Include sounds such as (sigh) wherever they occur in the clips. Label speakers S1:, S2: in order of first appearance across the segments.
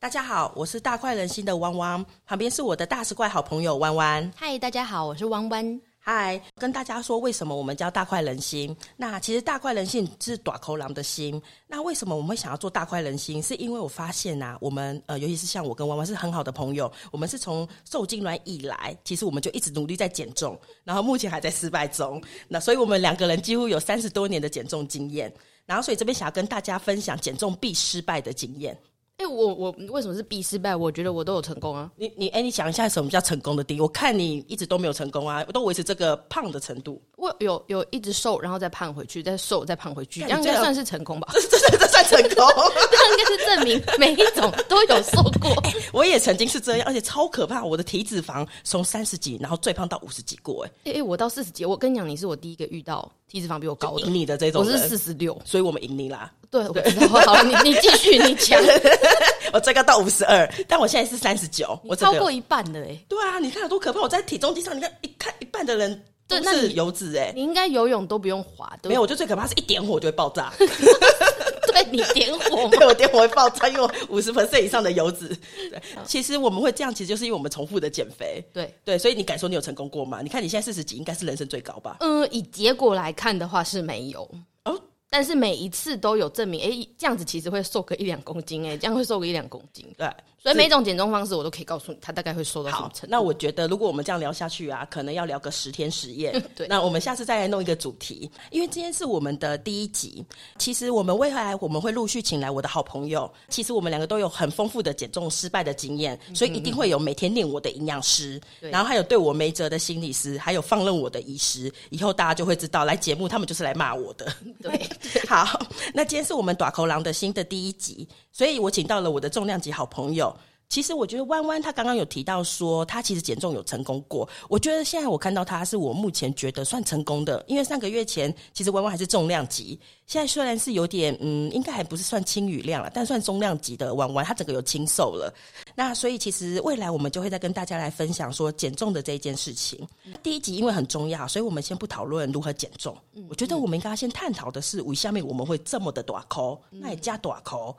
S1: 大家好，我是大快人心的汪汪，旁边是我的大石怪好朋友弯弯。
S2: 嗨，大家好，我是弯弯。
S1: 嗨，跟大家说为什么我们叫大快人心？那其实大快人心是短口狼的心。那为什么我们会想要做大快人心？是因为我发现呐、我们呃，尤其是像我跟弯弯是很好的朋友，我们是从受精卵以来，其实我们就一直努力在减重，然后目前还在失败中。那所以我们两个人几乎有三十多年的减重经验。然后，所以这边想要跟大家分享减重必失败的经验。
S2: 哎、我我为什么是必失败？我觉得我都有成功啊。
S1: 你你哎、你想一下什么叫成功的定义？我看你一直都没有成功啊，都维持这个胖的程度。
S2: 我有有一直瘦，然后再胖回去，再瘦，再胖回去，
S1: 干
S2: 这样
S1: 你
S2: 应该
S1: 这个
S2: 算是成功吧？
S1: 这这这算成功？
S2: (laughs)
S1: (laughs)
S2: 这样应该是证 (laughs) 明每一种都有瘦过。
S1: 我也曾经是这样，而且超可怕。我的体脂肪从三十几，然后最胖到五十几过、哎，
S2: (laughs) 哎、哎、我到四十几，我跟你讲，你是我第一个遇到体脂肪比我高
S1: 赢
S2: 的，
S1: 你的这种
S2: 我
S1: 人，
S2: 是四十六。
S1: 所以我们赢你啦。
S2: 对，我知道。好，你你继续，你讲，
S1: (laughs)
S2: (laughs)
S1: 我最高到五十二，但我现在是三十九，我
S2: 你
S1: 整
S2: 超
S1: 个
S2: 过一半的哎、
S1: 对啊，你看有多可怕！我在体重机上，你看一看一半的人都
S2: 对那
S1: 是
S2: 你
S1: 油脂、哎，
S2: 你应该游泳都不用滑，对
S1: 没有，
S2: 不
S1: 我就最可怕是一点火就会爆炸。
S2: 对？对你点火嘛？
S1: (laughs) 对我点火会爆炸，因为五十 percent 以上的油脂。对，
S2: 嗯
S1: 其实我们会这样，其实就是因为我们重复的减肥。
S2: 对，
S1: 对，所以你敢说你有成功过吗？你看你现在四十几，应该是人生最高吧？
S2: 嗯，以结果来看的话是没有。
S1: 哦，
S2: 但是每一次都有证明，哎、这样子其实会瘦个一两公斤、哎，这样会瘦个一两公斤，
S1: 对，
S2: 所以每种减重方式我都可以告诉你，它大概会瘦到什么
S1: 好
S2: 程，度。。
S1: 那我觉得如果我们这样聊下去啊，可能要聊个十天十夜
S2: 嗯 (laughs) 对
S1: 那我们下次再来弄一个主题，因为今天是我们的第一集。其实我们未来我们会陆续请来我的好朋友，其实我们两个都有很丰富的减重失败的经验，所以一定会有每天念我的营养师，
S2: 嗯对
S1: 然后还有对我没辙的心理师，还有放任我的医师。以后大家就会知道，来节目他们就是来骂我的。
S2: (laughs) 对，
S1: (laughs) 好，那今天是我们短口狼的新的第一集，所以我请到了我的重量级好朋友。其实我觉得弯弯他刚刚有提到说，他其实减重有成功过。我觉得现在我看到他是我目前觉得算成功的，因为上个月前其实弯弯还是重量级，现在虽然是有点嗯，应该还不是算轻羽量了，但算重量级的弯弯，他整个有轻瘦了。那所以其实未来我们就会再跟大家来分享说减重的这一件事情。第一集因为很重要，所以我们先不讨论如何减重。
S2: 嗯
S1: 我觉得我们应该要先探讨的是，为下面我们会这么的短抠，
S2: 嗯
S1: 那也加短抠。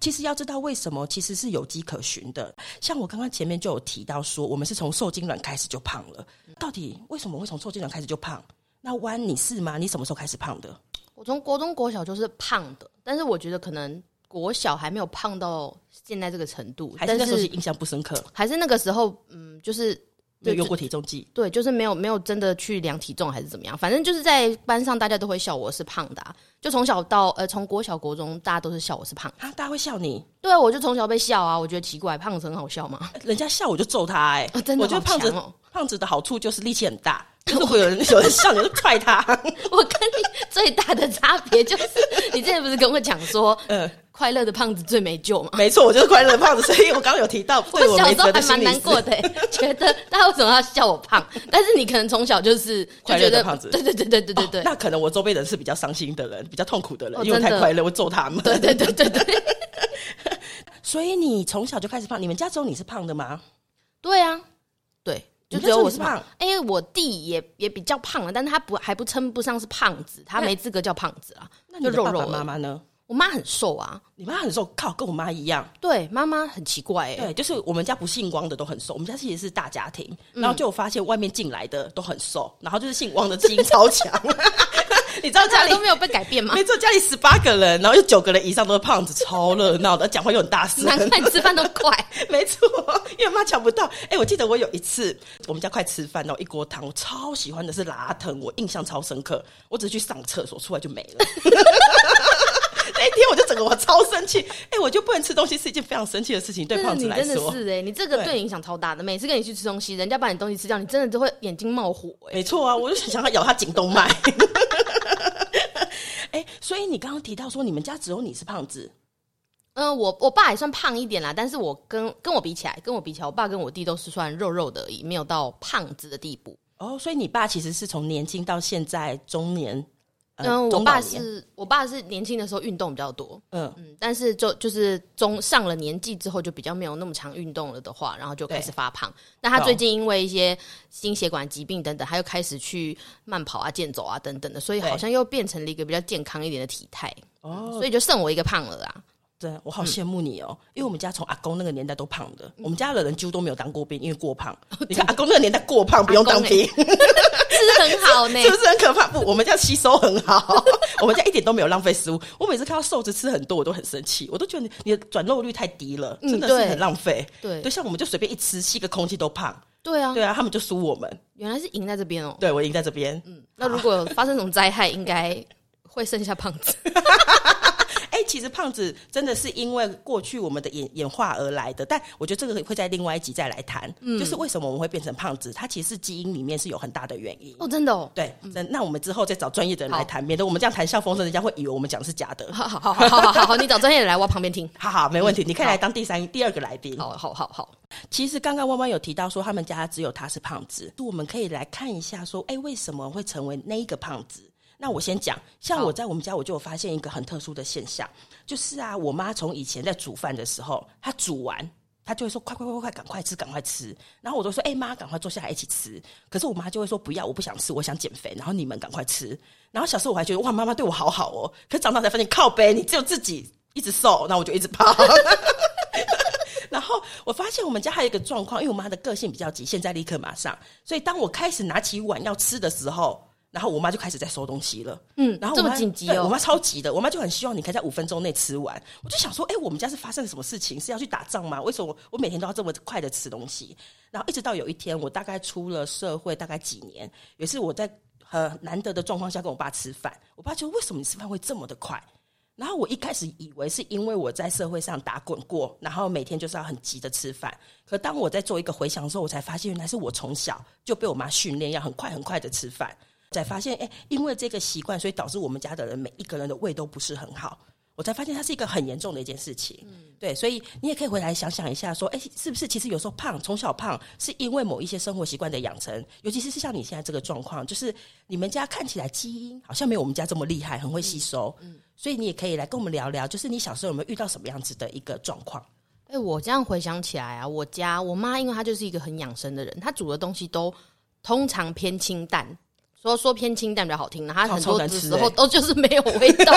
S1: 其实要知道为什么，其实是有迹可循的。像我刚刚前面就有提到说，我们是从受精卵开始就胖了。
S2: 嗯
S1: 到底为什么会从受精卵开始就胖？那弯你是吗？你什么时候开始胖的？
S2: 我从国中、国小就是胖的，但是我觉得可能国小还没有胖到现在这个程度，
S1: 还是
S2: 但
S1: 那时候是
S2: 是
S1: 印象不深刻，
S2: 还是那个时候，嗯，就是
S1: 没有
S2: 对
S1: 用过体重计？
S2: 对，就是没有没有真的去量体重还是怎么样，反正就是在班上大家都会笑我是胖的、啊，就从小到呃从国小、国中大家都是笑我是胖的，
S1: 啊，大家会笑你，
S2: 对啊，我就从小被笑啊，我觉得奇怪，胖子很好笑吗？ (laughs)
S1: 人家笑我就揍他、哎、
S2: 啊真的
S1: 我觉得
S2: 好
S1: 胖子、
S2: 强哦
S1: 胖子的好处就是力气很大，就是会有人有人笑你就踹他。
S2: (laughs) 我跟你最大的差别就是，你之前不是跟我讲说，
S1: 嗯
S2: 快乐的胖子最没救吗？
S1: (laughs) 没错，我就是快乐的胖子，所以我刚刚有提到对
S2: (laughs) 我小
S1: 没
S2: 时候
S1: 辙的
S2: 还
S1: 心
S2: 蛮
S1: 理
S2: 难
S1: 师
S2: 过的、欸， (laughs) 觉得大家为什么要笑我胖？但是你可能从小就是就
S1: 快乐
S2: 觉
S1: 的
S2: 得
S1: 胖子
S2: 对对对对对对对
S1: 哦那可能我周边人是比较伤心的人，比较痛苦的人，
S2: 哦
S1: 因为我太
S2: 真的
S1: 快乐，我揍他们。
S2: 对对对对对
S1: (laughs)
S2: 对
S1: 所以你从小就开始胖，你们家只有你是胖的吗？
S2: 对啊，对，就
S1: 你
S2: 只
S1: 那时
S2: 有
S1: 候
S2: 我
S1: 你是
S2: 是
S1: 胖
S2: 胖。哎、我弟也也比较胖了，但是他不还不称不上是胖子，他没资格叫胖子啊，
S1: 那
S2: 就
S1: 你的
S2: 肉
S1: 爸
S2: 肉
S1: 爸妈
S2: 而已
S1: 妈呢？
S2: 我妈很瘦啊，
S1: 你妈很瘦，靠，跟我妈一样。
S2: 对，妈妈很奇怪哎、
S1: 对，就是我们家不姓汪的都很瘦，我们家其实是大家庭，
S2: 嗯
S1: 然后就有发现外面进来的都很瘦，然后就是姓汪的基因超
S2: (laughs)
S1: 强。你知道家
S2: 家
S1: 里
S2: 里都没有被改变
S1: (laughs)
S2: 吗？
S1: 没错，家里十八个人，然后有九个人以上都是胖子，超热闹的，讲话又很大声。
S2: (laughs) 难怪你吃饭都快。
S1: (laughs) 没错，因为我妈抢不到。哎、我记得我有一次，我们家快吃饭，然后一锅汤，我超喜欢的是拉藤，我印象超深刻。我只是去上厕所，出来就没
S2: (laughs)
S1: 了。那一天我就整个我超生气，哎、我就不能吃东西是一件非常生气的事情，对
S2: 真的
S1: 胖子
S2: 你
S1: 来
S2: 真的
S1: 说。
S2: 是哎、你这个
S1: 对
S2: 对你影响超大的。每次跟你去吃东西，人家把你东西吃掉，你真的都会眼睛冒火哎、
S1: 没错啊，我就想想要咬他颈动脉。 (laughs) 哎、所以你刚刚提到说你们家只有你是胖子，
S2: 嗯、我我爸也算胖一点啦，但是我跟跟我比起来，跟我比起来，我爸跟我弟都是算肉肉的而已，没有到胖子的地步。
S1: 哦，所以你爸其实是从年轻到现在中年，呃
S2: 嗯、我
S1: 中老
S2: 爸
S1: 年
S2: 是我爸是年轻的时候运动比较多，
S1: 嗯，
S2: 嗯，但是就就是中上了年纪之后，就比较没有那么常运动了的话，然后就开始发胖。那他
S1: 懂
S2: 最近因为一些心血管疾病等等，他又开始去慢跑啊、健走啊等等的，所以
S1: 对
S2: 好像又变成了一个比较健康一点的体态，
S1: 哦，
S2: 所以就剩我一个胖了啦。 (laughs)
S1: 真的，我好羡慕你哦、因为我们家从阿公那个年代都胖的，
S2: 嗯
S1: 我们家的人几乎都没有当过兵，因为过胖。
S2: 哦
S1: 你看阿公那个年代过胖，不用当兵，
S2: 吃很好 (laughs) 呢
S1: 是不是很可怕？ (laughs) 不，我们家吸收很好， (laughs) 我们家一点都没有浪费食物。我每次看到瘦子吃很多，我都很生气，我都觉得你你的转肉率太低了，
S2: 嗯
S1: 真的是
S2: 对
S1: 很浪费。
S2: 对
S1: 对，像我们就随便一吃，吸个空气都胖。
S2: 对啊，
S1: 对啊，他们就输我们。
S2: 原来是赢在这边哦。
S1: 对我赢在这边。
S2: 那如果发生什么灾害，应该会剩下胖子。
S1: 哎、其实胖子真的是因为过去我们的演演化而来的，但我觉得这个会在另外一集再来谈，
S2: 嗯
S1: 就是为什么我们会变成胖子，它其实是基因里面是有很大的原因。
S2: (laughs) 哦，真的哦。
S1: 对，真那我们之后再找专业的人来谈，免得我们这样谈笑风生，人家会以为我们讲的是假的。
S2: (laughs) 好好好好好好嗯好，你找专业的来，我要旁边听。
S1: (laughs) 好好，没问题，你可以来当第三、第二个来宾。
S2: 好好好好，
S1: 其实刚刚弯弯有提到说，他们家只有他是胖子，我们可以来看一下说，哎、为什么会成为那一个胖子？那我先讲，像
S2: 好
S1: 我在我们家，我就有发现一个很特殊的现象，就是啊，我妈从以前在煮饭的时候，她煮完，她就会说快快快快快，赶快吃，赶快吃。然后我都说，哎、妈，赶快坐下来一起吃。可是我妈就会说，不要，我不想吃，我想减肥。然后你们赶快吃。然后小时候我还觉得，哇，妈妈对我好好哦。可长大才发现，靠背，你只有自己一直瘦，那我就一直胖。 (laughs) 然后我发现我们家还有一个状况，因为我妈的个性比较急，现在立刻马上，所以当我开始拿起碗要吃的时候，然后我妈就开始在收东西了。
S2: 嗯
S1: 然后
S2: 这
S1: 我
S2: 么
S1: 妈
S2: 紧急
S1: 对
S2: 哦
S1: 我妈超级的，我妈就很希望你可以在五分钟内吃完。我就想说，哎、我们家是发生了什么事情？是要去打仗吗？为什么我我每天都要这么快的吃东西？然后一直到有一天，我大概出了社会大概几年，也是我在很难得的状况下跟我爸吃饭，我爸就说为什么你吃饭会这么的快？然后我一开始以为是因为我在社会上打滚过，然后每天就是要很急的吃饭。可当我在做一个回想的时候，我才发现原来是我从小就被我妈训练要很快很快的吃饭，才发现哎，因为这个习惯，所以导致我们家的人每一个人的胃都不是很好。我才发现它是一个很严重的一件事情，
S2: 嗯
S1: 对，所以你也可以回来想想一下，说，哎，是不是其实有时候胖，从小胖是因为某一些生活习惯的养成，尤其是像你现在这个状况，就是你们家看起来基因好像没有我们家这么厉害，很会吸收，
S2: 嗯
S1: 所以你也可以来跟我们聊聊，就是你小时候有没有遇到什么样子的一个状况？
S2: 哎、我这样回想起来啊，我家我妈，因为她就是一个很养生的人，她煮的东西都通常偏清淡，说说偏清淡比较好听，然后她
S1: 超
S2: 很
S1: 超
S2: 多
S1: 难
S2: 的
S1: 吃
S2: 时
S1: 欸
S2: 候都就是没有味 (laughs) 道，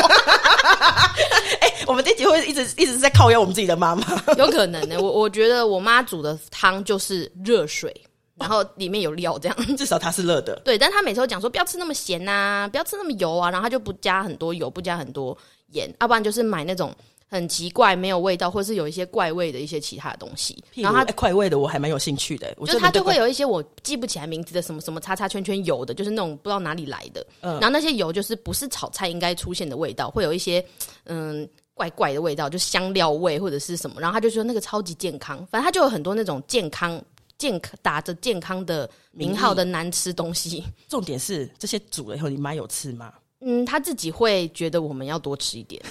S1: 哎、我们这集会一直一直在靠邀我们自己的妈 (laughs) 妈，
S2: 有可能呢、我我觉得我妈煮的汤就是热水，然后里面有料这样。
S1: 至少她是热的，
S2: 对，但她每次都讲说不要吃那么咸呐、不要吃那么油啊，然后她就不加很多油，不加很多盐，要、不然就是买那种很奇怪没有味道，或是有一些怪味的一些其他的东西。
S1: 譬如
S2: 然后她
S1: 哎快味的我还蛮有兴趣的，我觉
S2: 就是
S1: 得
S2: 它
S1: 你对
S2: 就会
S1: 怪
S2: 有一些我记不起来名字的什么什么叉叉圈圈油的，就是那种不知道哪里来的。
S1: 嗯
S2: 然后那些油就是不是炒菜应该出现的味道，会有一些嗯怪怪的味道，就香料味或者是什么。然后他就说那个超级健康，反正他就有很多那种健康健康打着健康的名号的难吃东西。
S1: 重点是这些煮了以后，你妈有吃吗？ (laughs)
S2: 嗯，他自己会觉得我们要多吃一点，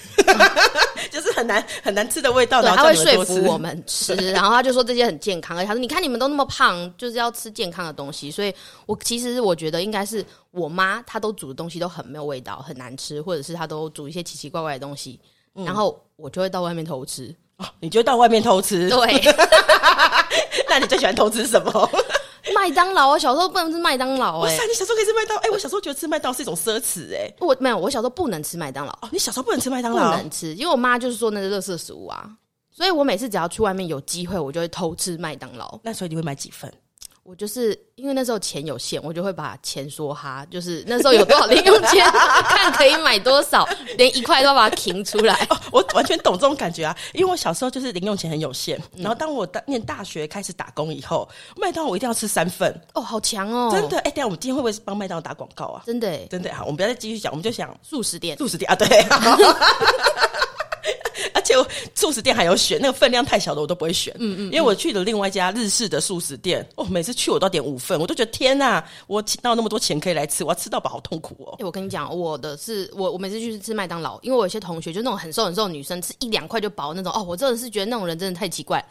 S1: 就是很难很难吃的味道，
S2: 对，
S1: 哦然
S2: 他
S1: 后
S2: 会
S1: 叫你们
S2: 说
S1: 多
S2: 服
S1: 吃
S2: 我们吃，然后他就说这些很健康，而且他说你看你们都那么胖，就是要吃健康的东西。所以我其实我觉得应该是我妈她都煮的东西都很没有味道，很难吃，或者是她都煮一些奇奇怪怪的东西，
S1: 嗯
S2: 然后我就会到外面
S1: (laughs)
S2: 偷吃。
S1: 你就到外面偷吃。
S2: 对，
S1: (laughs) 那你最喜欢偷吃
S2: (laughs)
S1: 什么？哇
S2: 麦当劳，我小时候不能吃麦当劳、欸，
S1: 塞，你小时候可以吃麦当劳？哎、我小时候觉得吃麦当劳是一种奢侈、哎，
S2: 我没有，我小时候不能吃麦当劳，
S1: 哦，你小时候不能吃麦当
S2: 不
S1: 劳？
S2: 能吃，因为我妈就是说那是垃圾食物啊。所以我每次只要去外面有机会，我就会偷吃麦当劳。
S1: 那所以你会买几份？ (laughs)
S2: 我就是因为那时候钱有限，我就会把钱说哈，就是那时候有多少零用钱，看可以买多少，连一块都要把它停出来。
S1: 哦，我完全懂这种感觉啊，因为我小时候就是零用钱很有限，
S2: 嗯
S1: 然后当我大念大学开始打工以后，麦当劳我一定要吃三份，
S2: (laughs) 哦，好强哦！
S1: 真的。哎、等一下我们今天会不会是帮麦当劳打广告啊？
S2: 真的耶，
S1: 真的好，我们不要再继续讲，我们就想
S2: 素食店
S1: 素食店啊，对。 (laughs) 而且我素食店还有选，那个分量太小的我都不会选。嗯嗯因为我去了另外一家日式的素食店，哦，每次去我都要点五份，我都觉得天呐、我请到那么多钱可以来吃，我要吃到饱，好痛苦哦
S2: 哎、。我跟你讲，我的是我我每次去吃麦当劳，因为我有些同学就那种很瘦很瘦的女生，吃一两块就饱那种。哦，我真的是觉得那种人真的太奇怪。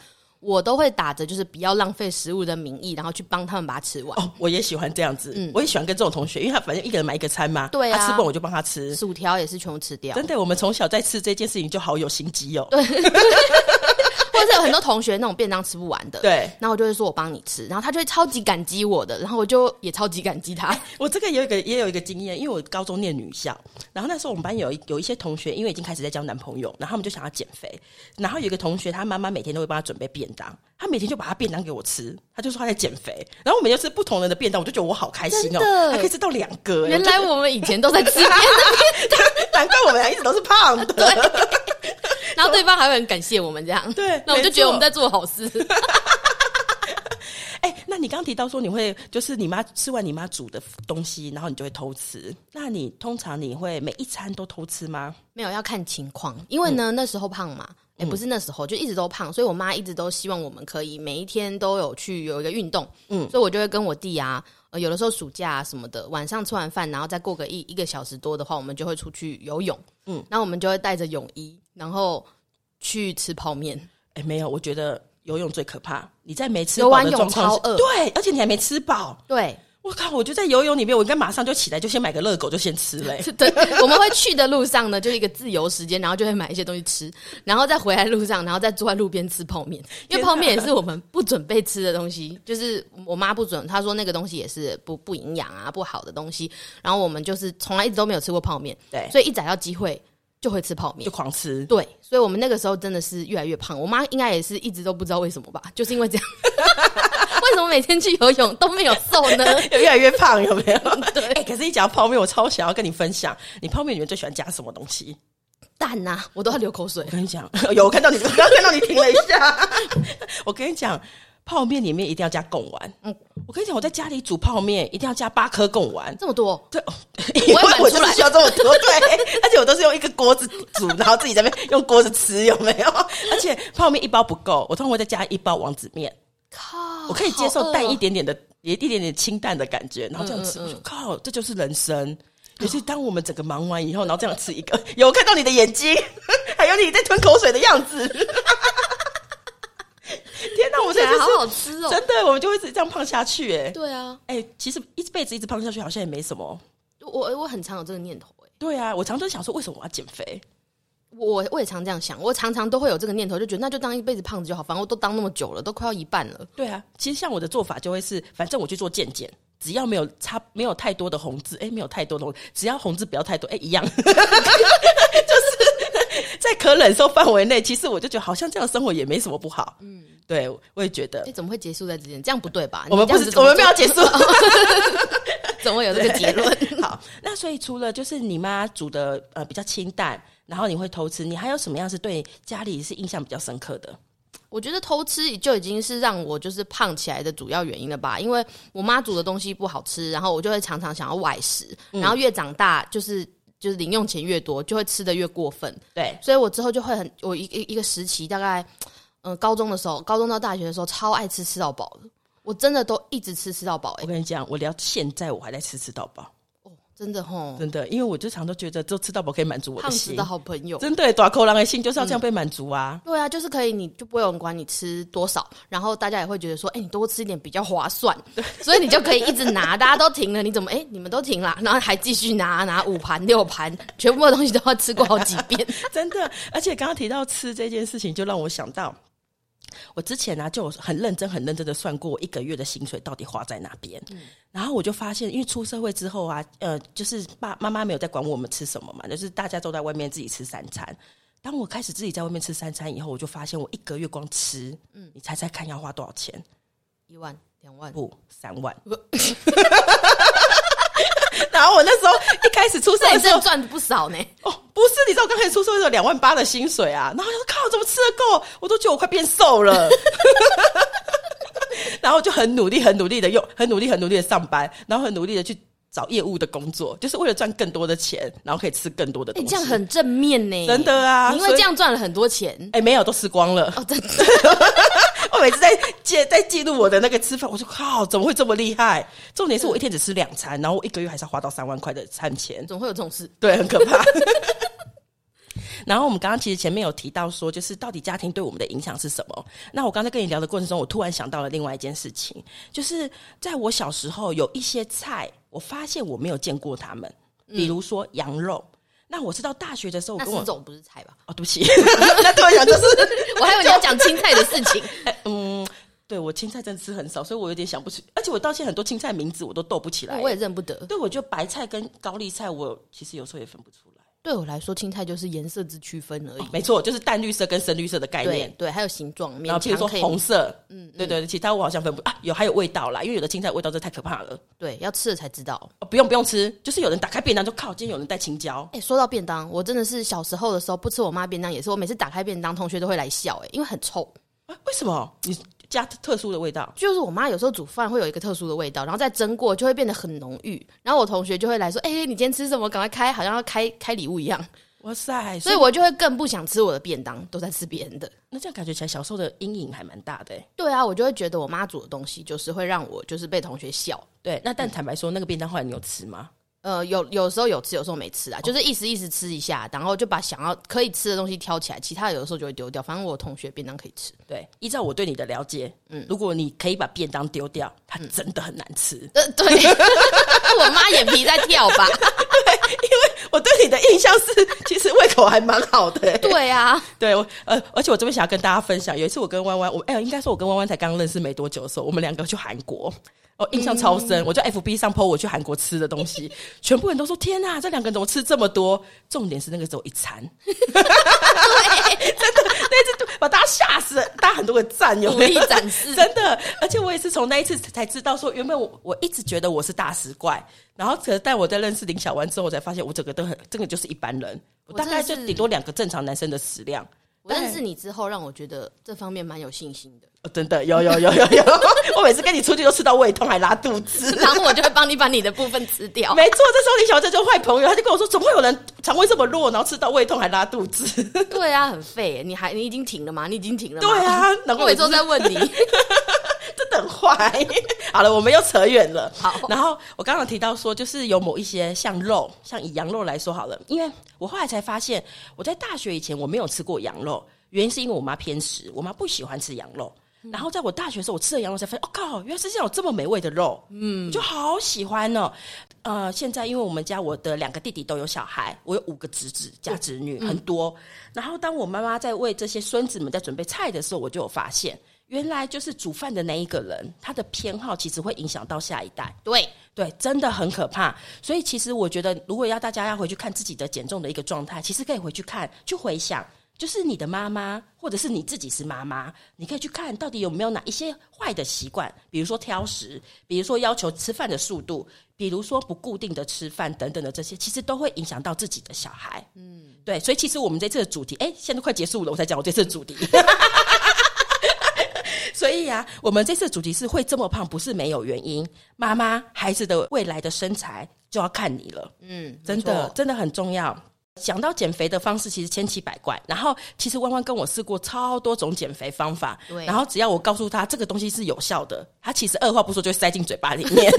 S2: 我都会打着就是不要浪费食物的名义，然后去帮他们把它吃完。
S1: 哦，我也喜欢这样子，我也喜欢跟这种同学，因为他反正一个人买一个餐嘛，
S2: 对啊
S1: 他吃不完我就帮他吃。
S2: 薯条也是全部吃掉，
S1: 真的，我们从小在吃这件事情就好有心机哦。
S2: 或或者有很多同学那种便当吃不完的，
S1: 对
S2: 然后我就会说我帮你吃，然后他就会超级感激我的，然后我就也超级感激他。
S1: 我这个也有一个也有一个经验，因为我高中念女校，然后那时候我们班有一有一些同学，因为已经开始在交男朋友，然后他们就想要减肥，然后有一个同学，他妈妈每天都会帮他准备便当，他每天就把他便当给我吃，他就说他在减肥，然后我每天吃不同人的便当，我就觉得我好开心哦
S2: 真的，
S1: 还可以吃到两个，
S2: 原来
S1: 我
S2: 我们以前都在吃别的，
S1: (laughs) 就觉得难怪我们俩一直都是胖的，
S2: 然后对方还会很感谢我们这样。
S1: 对
S2: 那我就
S1: 没错
S2: 觉得我们在做好事。
S1: 哎、那你刚刚提到说你会就是你妈吃完你妈煮的东西，然后你就会偷吃，那你通常你会每一餐都偷吃吗？
S2: 没有要看情况，因为呢、那时候胖嘛，哎、不是那时候就一直都胖，所以我妈一直都希望我们可以每一天都有去有一个运动，嗯，所以我就会跟我弟啊，呃，有的时候暑假啊什么的，晚上吃完饭，然后再过个一一个小时多的话，我们就会出去游泳，嗯，然后我们就会带着泳衣，然后去吃泡面，
S1: 哎、没有，我觉得游泳最可怕。你在没吃
S2: 游
S1: 饱
S2: 完
S1: 的
S2: 泳
S1: 状况
S2: 超
S1: 下，
S2: 饿
S1: 对，而且你还没吃饱。
S2: 对。
S1: 我靠！我就在游泳里面，我应该马上就起来，就先买个热狗，就先吃嘞、哎
S2: (laughs) 对，我们会去的路上呢，就是一个自由时间，然后就会买一些东西吃，然后再回来路上，然后再坐在路边吃泡面，因为泡面也是我们不准备吃的东西，就是我妈不准，她说那个东西也是不不营养啊，不好的东西，然后我们就是从来一直都没有吃过泡面，
S1: 对
S2: 所以一逮到机会就会吃泡面
S1: 就。狂吃。
S2: 对，所以我们那个时候真的是越来越胖。我妈应该也是一直都不知道为什么吧，就是因为这样， (laughs) 为什么每天去游泳都没有瘦呢？
S1: 越来越胖，有没有？
S2: (laughs) 对
S1: 哎、可是一讲到泡面，我超想要跟你分享，你泡面里面最喜欢加什么东西？
S2: (laughs) 蛋啊呐、我都要流口水
S1: 我。跟你讲，哦有我看到你，我 (laughs) 刚刚看到你停了一下。 (laughs) 我跟你讲，泡面里面一定要加贡丸。嗯，我跟你讲，我在家里煮泡面一定要加八颗贡丸。
S2: 这么多，
S1: 对， (laughs) 哦
S2: 我要买
S1: 我就
S2: 出来
S1: 是需要这么多，对， (laughs) 而且我都是用一个锅子煮，然后自己在那边用锅子吃，有没有？ (laughs) 而且泡面一包不够，我通常会再加一包王子面，
S2: 靠！
S1: 我可以接
S2: 好
S1: 受
S2: 饿
S1: 淡
S2: 哦
S1: 一点点的，也一点点清淡的感觉，然后这样吃，我就靠，这就是人生。可是当我们整个忙完以后，然后这样吃一个， (laughs) 有我看到你的眼睛， (laughs) 还有你在吞口水的样子。 (laughs) 天哪，我 (laughs) 们
S2: 起
S1: 这
S2: 来
S1: 就是
S2: 好好吃哦
S1: 真的，我们就会一直这样胖下去、哎，
S2: 对啊，
S1: 哎、其实一辈子一直胖下去好像也没什么。
S2: 我我很常有这个念头、欸，
S1: 对啊，我常常想说，为什么我要减肥？
S2: 我我也常这样想，我常常都会有这个念头，就觉得那就当一辈子胖子就好，反正我都当那么久了，都快要一半了。
S1: 对啊，其实像我的做法就会是，反正我去做健检，只要没有差，没有太多的红字，哎，没有太多的红，只要红字不要太多，哎，一样， (laughs) 就是在可忍受范围内。其实我就觉得，好像这样的生活也没什么不好。嗯，对，我也觉得
S2: 哎、怎么会结束在这边？这样不对吧？
S1: 我们
S2: 你这
S1: 不
S2: 样子
S1: 是
S2: 怎
S1: 我
S2: 么哦
S1: 们没有结
S2: (laughs)
S1: 束。
S2: 怎么会有这个结论？
S1: (laughs) 好，那所以除了就是你妈煮的呃比较清淡，然后你会偷吃，你还有什么样是对家里是印象比较深刻的？
S2: (laughs) 我觉得偷吃就已经是让我就是胖起来的主要原因了吧，因为我妈煮的东西不好吃，然后我就会常常想要外食，
S1: 嗯
S2: 然后越长大就是就是零用钱越多，就会吃的越过分，
S1: 对，
S2: 所以我之后就会很我一一一个时期大概，嗯、高中的时候，高中到大学的时候，超爱吃吃到饱的，我真的都一直吃吃到饱、
S1: 我
S2: 欸，
S1: 跟你讲，我聊现在我还在吃吃到饱。
S2: 真的吼，
S1: 真的，因为我就常都觉得，只有吃到饱可以满足我
S2: 胖
S1: 的
S2: 子
S1: 心
S2: 的。好嗯朋友。
S1: 真的，短口狼的心就是要这样被满足啊！
S2: 对啊，就是可以，你就不会有人管你吃多少，然后大家也会觉得说，哎、你多吃一点比较划算，所以你就可以一直拿，大家都停了，你怎么，哎、你们都停了，然后还继续拿拿五盘六盘，全部的东西都要吃过好几
S1: (laughs)
S2: 遍，
S1: 真的，而且刚刚提到吃这件事情，就让我想到，我之前啊就很认真、很认真的算过我一个月的薪水到底花在哪边。
S2: 嗯
S1: 然后我就发现，因为出社会之后啊，呃，就是爸妈妈没有在管我们吃什么嘛，就是大家都在外面自己吃三餐。当我开始自己在外面吃三餐以后，我就发现我一个月光吃，嗯，你猜猜看要花多少钱？
S2: 一万两万，
S1: 不，三万。 (laughs) 然后我那时候一开始出社
S2: 那
S1: 会
S2: 你
S1: 的时
S2: 真
S1: 候
S2: 的，赚不少呢。欸
S1: 哦，不是，你知道我刚开始出社会的时候两万八的薪水啊，然后我就说靠，怎么吃得够？我都觉得我快变瘦了。 (laughs) 然后就很努力、很努力的用，很努力、很努力的上班，然后很努力的去找业务的工作，就是为了赚更多的钱，然后可以吃更多的
S2: 哎、
S1: 东西。
S2: 这样很正面呢，
S1: 真的啊
S2: 你因为
S1: 所以
S2: 这样赚了很多钱
S1: 哎、没有，都吃光了。
S2: 哦，真的。
S1: (laughs) 我每次在记在记录我的那个吃饭，我就靠，怎么会这么厉害？重点是我一天只吃两餐，然后我一个月还是要花到三万块的餐钱，
S2: 总会有这种事。
S1: 对，很可怕。然后我们刚刚其实前面有提到说，就是到底家庭对我们的影响是什么？那我刚才跟你聊的过程中，我突然想到了另外一件事情，就是在我小时候有一些菜，我发现我没有见过他们，比如说羊肉。那我是到大学的 (laughs) 时候，我
S2: 嗯那
S1: 跟
S2: 是
S1: 我
S2: 种不是菜吧？
S1: 哦，对不起， (laughs) 那对我讲就是，
S2: 我还以为你要讲青菜的事情，
S1: 嗯，对我青菜真的吃很少，所以我有点想不起，而且我到现在很多青菜名字我都斗不 (laughs) 起来。
S2: 我也认不得。
S1: 对，我觉得白菜跟高丽菜，我其实有时候也分不出来。
S2: 对我来说，青菜就是颜色之区分而已。
S1: 哦没错，就是淡绿色跟深绿色的概
S2: 对
S1: 念。
S2: 对，还有形状，
S1: 然
S2: 勉
S1: 后，譬如
S2: 强
S1: 说
S2: 可以。
S1: 红色，嗯，对对，其他我好像分不啊，有还有味道啦，因为有的青菜味道真的太可怕了，
S2: 对，要吃了才知道。
S1: 哦不用不用吃，就是有人打开便当就靠，今天有人带青椒，
S2: 哎、说到便当，我真的是小时候的时候不吃我妈便当，也是我每次打开便当，同学都会来笑、哎，因为很臭。
S1: 啊为什么你加特殊的味道？
S2: 就是我妈有时候煮饭会有一个特殊的味道，然后再蒸过就会变得很浓郁。然后我同学就会来说：“哎、你今天吃什么？赶快开，好像要开开礼物一样。
S1: 哇塞！”
S2: 所以我就会更不想吃我的便当，都在吃别人的。
S1: 那这样感觉起来，小时候的阴影还蛮大的、欸。
S2: 对啊，我就会觉得我妈煮的东西就是会让我就是被同学笑。
S1: 对，
S2: 嗯
S1: 那但坦白说，那个便当后来你有吃吗？
S2: 呃，有有时候有吃，有时候没吃啊，就是一时一时吃一下，然后就把想要可以吃的东西挑起来，其他的有的时候就会丢掉。反正我同学便当可以吃，
S1: 对，依照我对你的了解，嗯，如果你可以把便当丢掉，它真的很难吃。 (laughs)
S2: 呃，对， (laughs) 我妈眼皮在跳吧？
S1: 我对你的印象是， (laughs) 其实胃口还蛮好的、欸。
S2: (laughs) 对啊，
S1: 对，我呃，而且我这边想要跟大家分享，有一次我跟弯弯，我哎、应该说我跟弯弯才刚认识没多久的时候，我们两个去韩国，哦，印象超深。我在 FB 上 po 我去韩国吃的东西，全部人都说天啊呐，这两个人怎么吃这么多？重点是那个只有一餐，真的 (laughs) 那一次把大家吓死了，大家很多个赞有没有
S2: 武力展示
S1: (laughs) 真的，而且我也是从那一次才知道说，原本我我一直觉得我是大食怪，然后可是但我在认识林小弯之后，我才发现我整个都很，这个就是一般人，我
S2: 我
S1: 大
S2: 真的
S1: 概就是顶多两个正常男生的食量。
S2: 我认识你之后，让我觉得这方面蛮有信心的。
S1: 哦真的有有有有 (laughs) 有，我每次跟你出去都吃到胃痛，还拉肚子。
S2: 然后我就会帮你把你的部分吃掉。
S1: 没错，这时候林小姐就坏朋友，她就跟我说：“怎么会有人肠胃这么弱，然后吃到胃痛还拉肚子 (laughs)
S2: 对啊，很废耶。你还你已经停了吗？你已经停？”了吗？
S1: 对，啊，难怪
S2: 我
S1: 我
S2: 每周在问你。 (laughs)
S1: 真的很坏。好了，我们又扯远了。
S2: 好
S1: 然后我刚刚有提到说，就是有某一些像肉，像以羊肉来说好了，因为我后来才发现，我在大学以前我没有吃过羊肉，原因是因为我妈偏食，我妈不喜欢吃羊肉。然后在我大学的时候，我吃了羊肉才发现，哦靠，原来世界上有这么美味的肉，嗯，我就好喜欢哦。呃，现在因为我们家我的两个弟弟都有小孩，我有五个侄子加侄女，很多。然后当我妈妈在为这些孙子们在准备菜的时候，我就有发现，原来就是煮饭的那一个人，他的偏好其实会影响到下一代。
S2: 对，
S1: 对，真的很可怕。所以其实我觉得，如果要大家要回去看自己的减重的一个状态，其实可以回去看，去回想，就是你的妈妈，或者是你自己是妈妈，你可以去看到底有没有哪一些坏的习惯，比如说挑食，比如说要求吃饭的速度，比如说不固定的吃饭等等的这些，其实都会影响到自己的小孩。嗯，对，所以其实我们这次的主题，哎，现在都快结束了，我才讲我这次的主题。 (laughs) 所以啊，我们这次的主题是会这么胖，不是没有原因。妈妈，孩子的未来的身材就要看你了，
S2: 嗯，
S1: 真
S2: 没
S1: 的，
S2: 错。
S1: 真的很重要。想到减肥的方式，其实千奇百怪。然后，其实弯弯跟我试过超多种减肥方法，
S2: 对
S1: 然后只要我告诉他这个东西是有效的，他其实二话不说就会塞进嘴巴里面。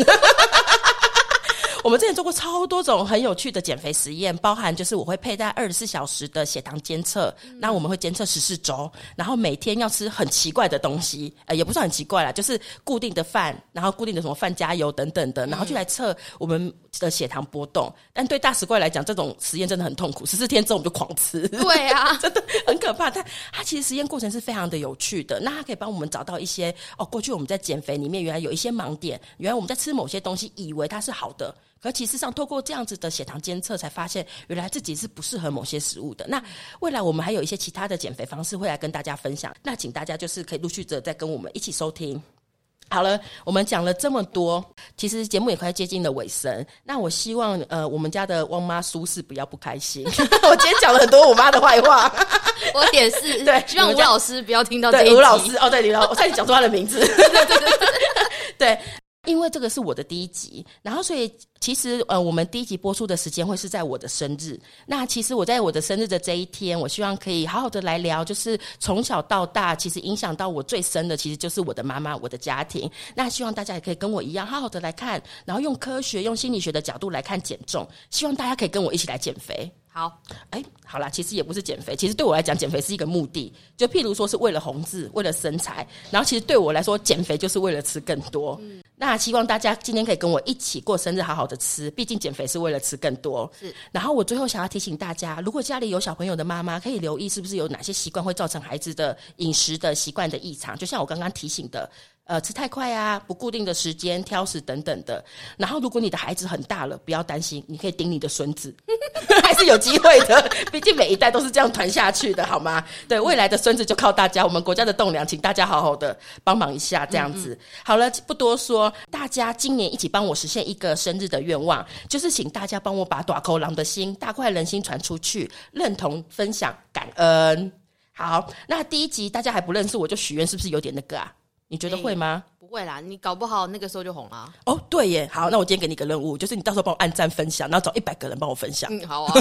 S1: 我们之前做过超多种很有趣的减肥实验，包含就是我会佩戴二十四小时的血糖监测，那、我们会监测十四周，然后每天要吃很奇怪的东西，呃，也不算很奇怪啦，就是固定的饭，然后固定的什么饭加油等等的，然后就来测我们的血糖波动。但对大食怪来讲，这种实验真的很痛苦，十四天之后我们就狂吃。
S2: 对啊，
S1: 真的很可怕。但它其实实验过程是非常的有趣的，那它可以帮我们找到一些哦，过去我们在减肥里面原来有一些盲点，原来我们在吃某些东西以为它是好的。可其实上，透过这样子的血糖监测，才发现原来自己是不适合某些食物的。那未来我们还有一些其他的减肥方式会来跟大家分享。那请大家就是可以陆续的再跟我们一起收听。好了，我们讲了这么多，其实节目也快接近了尾声。那我希望呃，我们家的汪妈苏轼不要不开心。 (laughs) 我今天讲了很多我妈的坏话，
S2: 我也是。
S1: 对
S2: 希望
S1: 我
S2: 吴
S1: 家
S2: 老师不要听到这一
S1: 对
S2: 集。
S1: 吴老，师，哦，对你老，我差点讲出他的名 (laughs) 字。
S2: 对对对对对，
S1: 对，因为这个是我的第一集，然后所以其实呃，我们第一集播出的时间会是在我的生日。那其实我在我的生日的这一天，我希望可以好好的来聊，就是从小到大，其实影响到我最深的，其实就是我的妈妈，我的家庭。那希望大家也可以跟我一样，好好的来看，然后用科学、用心理学的角度来看减重，希望大家可以跟我一起来减肥。
S2: 好，
S1: 哎，好啦，其实也不是减肥，其实对我来讲，减肥是一个目的，就譬如说是为了红字，为了身材，然后其实对我来说，减肥就是为了吃更多。那希望大家今天可以跟我一起过生日，好好的吃，毕竟减肥是为了吃更多。
S2: 是，
S1: 然后我最后想要提醒大家，如果家里有小朋友的妈妈，可以留意是不是有哪些习惯会造成孩子的饮食的习惯的异常，就像我刚刚提醒的。呃，吃太快啊，不固定的时间、挑食等等的。然后，如果你的孩子很大了，不要担心，你可以盯你的孙子， (laughs) 还是有机会的。 (laughs) 毕竟每一代都是这样传下去的，好吗？对，未来的孙子就靠大家，我们国家的栋梁，请大家好好的帮忙一下，这样子。好了，不多说，大家今年一起帮我实现一个生日的愿望，就是请大家帮我把短口狼的心、大快人心传出去，认同、分享、感恩。好，那第一集大家还不认识我就许愿，是不是有点那个啊？你觉得会吗？
S2: 不会啦，你搞不好那个时候就红了啊。
S1: 哦，对耶，好，那我今天给你一个任务，就是你到时候帮我按赞分享，然后找一百个人帮我分享。
S2: 嗯，好 (laughs) 啊，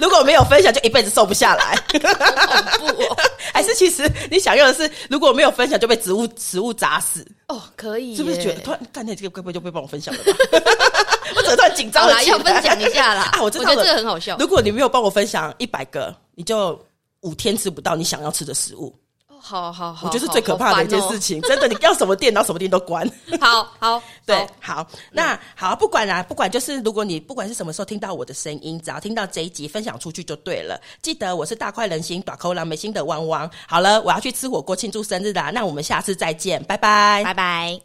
S1: 如果没有分享，就一辈子瘦不下来。
S2: 好恐怖哦，
S1: (laughs) 还是其实你想要的是，如果没有分享就被植物食物砸死，
S2: (laughs) 哦，可以耶，
S1: 是不是觉得突然干那这个该不会就被帮我分享了吧？ (laughs) 我整个突然紧张
S2: 好
S1: 了
S2: 啦，
S1: 起来
S2: 要分享一下啦。
S1: 啊！我知道
S2: 觉得这个
S1: 了，
S2: 很好笑。
S1: 如果你没有帮我分享一百个，你就五天吃不到你想要吃的食物，
S2: 哦好好好，哦
S1: 我觉得是最可怕的一件事
S2: 情。
S1: 情。真的，你要什么店，然后什么店都关。
S2: 好好，
S1: 对
S2: 好，
S1: 好，那好，不管啊啦，不管就是，如果你不管是什么时候听到我的声音，只要听到这一集，分享出去就对了。记得我是大快人心、短扣狼眉心的汪汪。好了，我要去吃火锅庆祝生日啦，那我们下次再见，拜拜。
S2: 拜拜。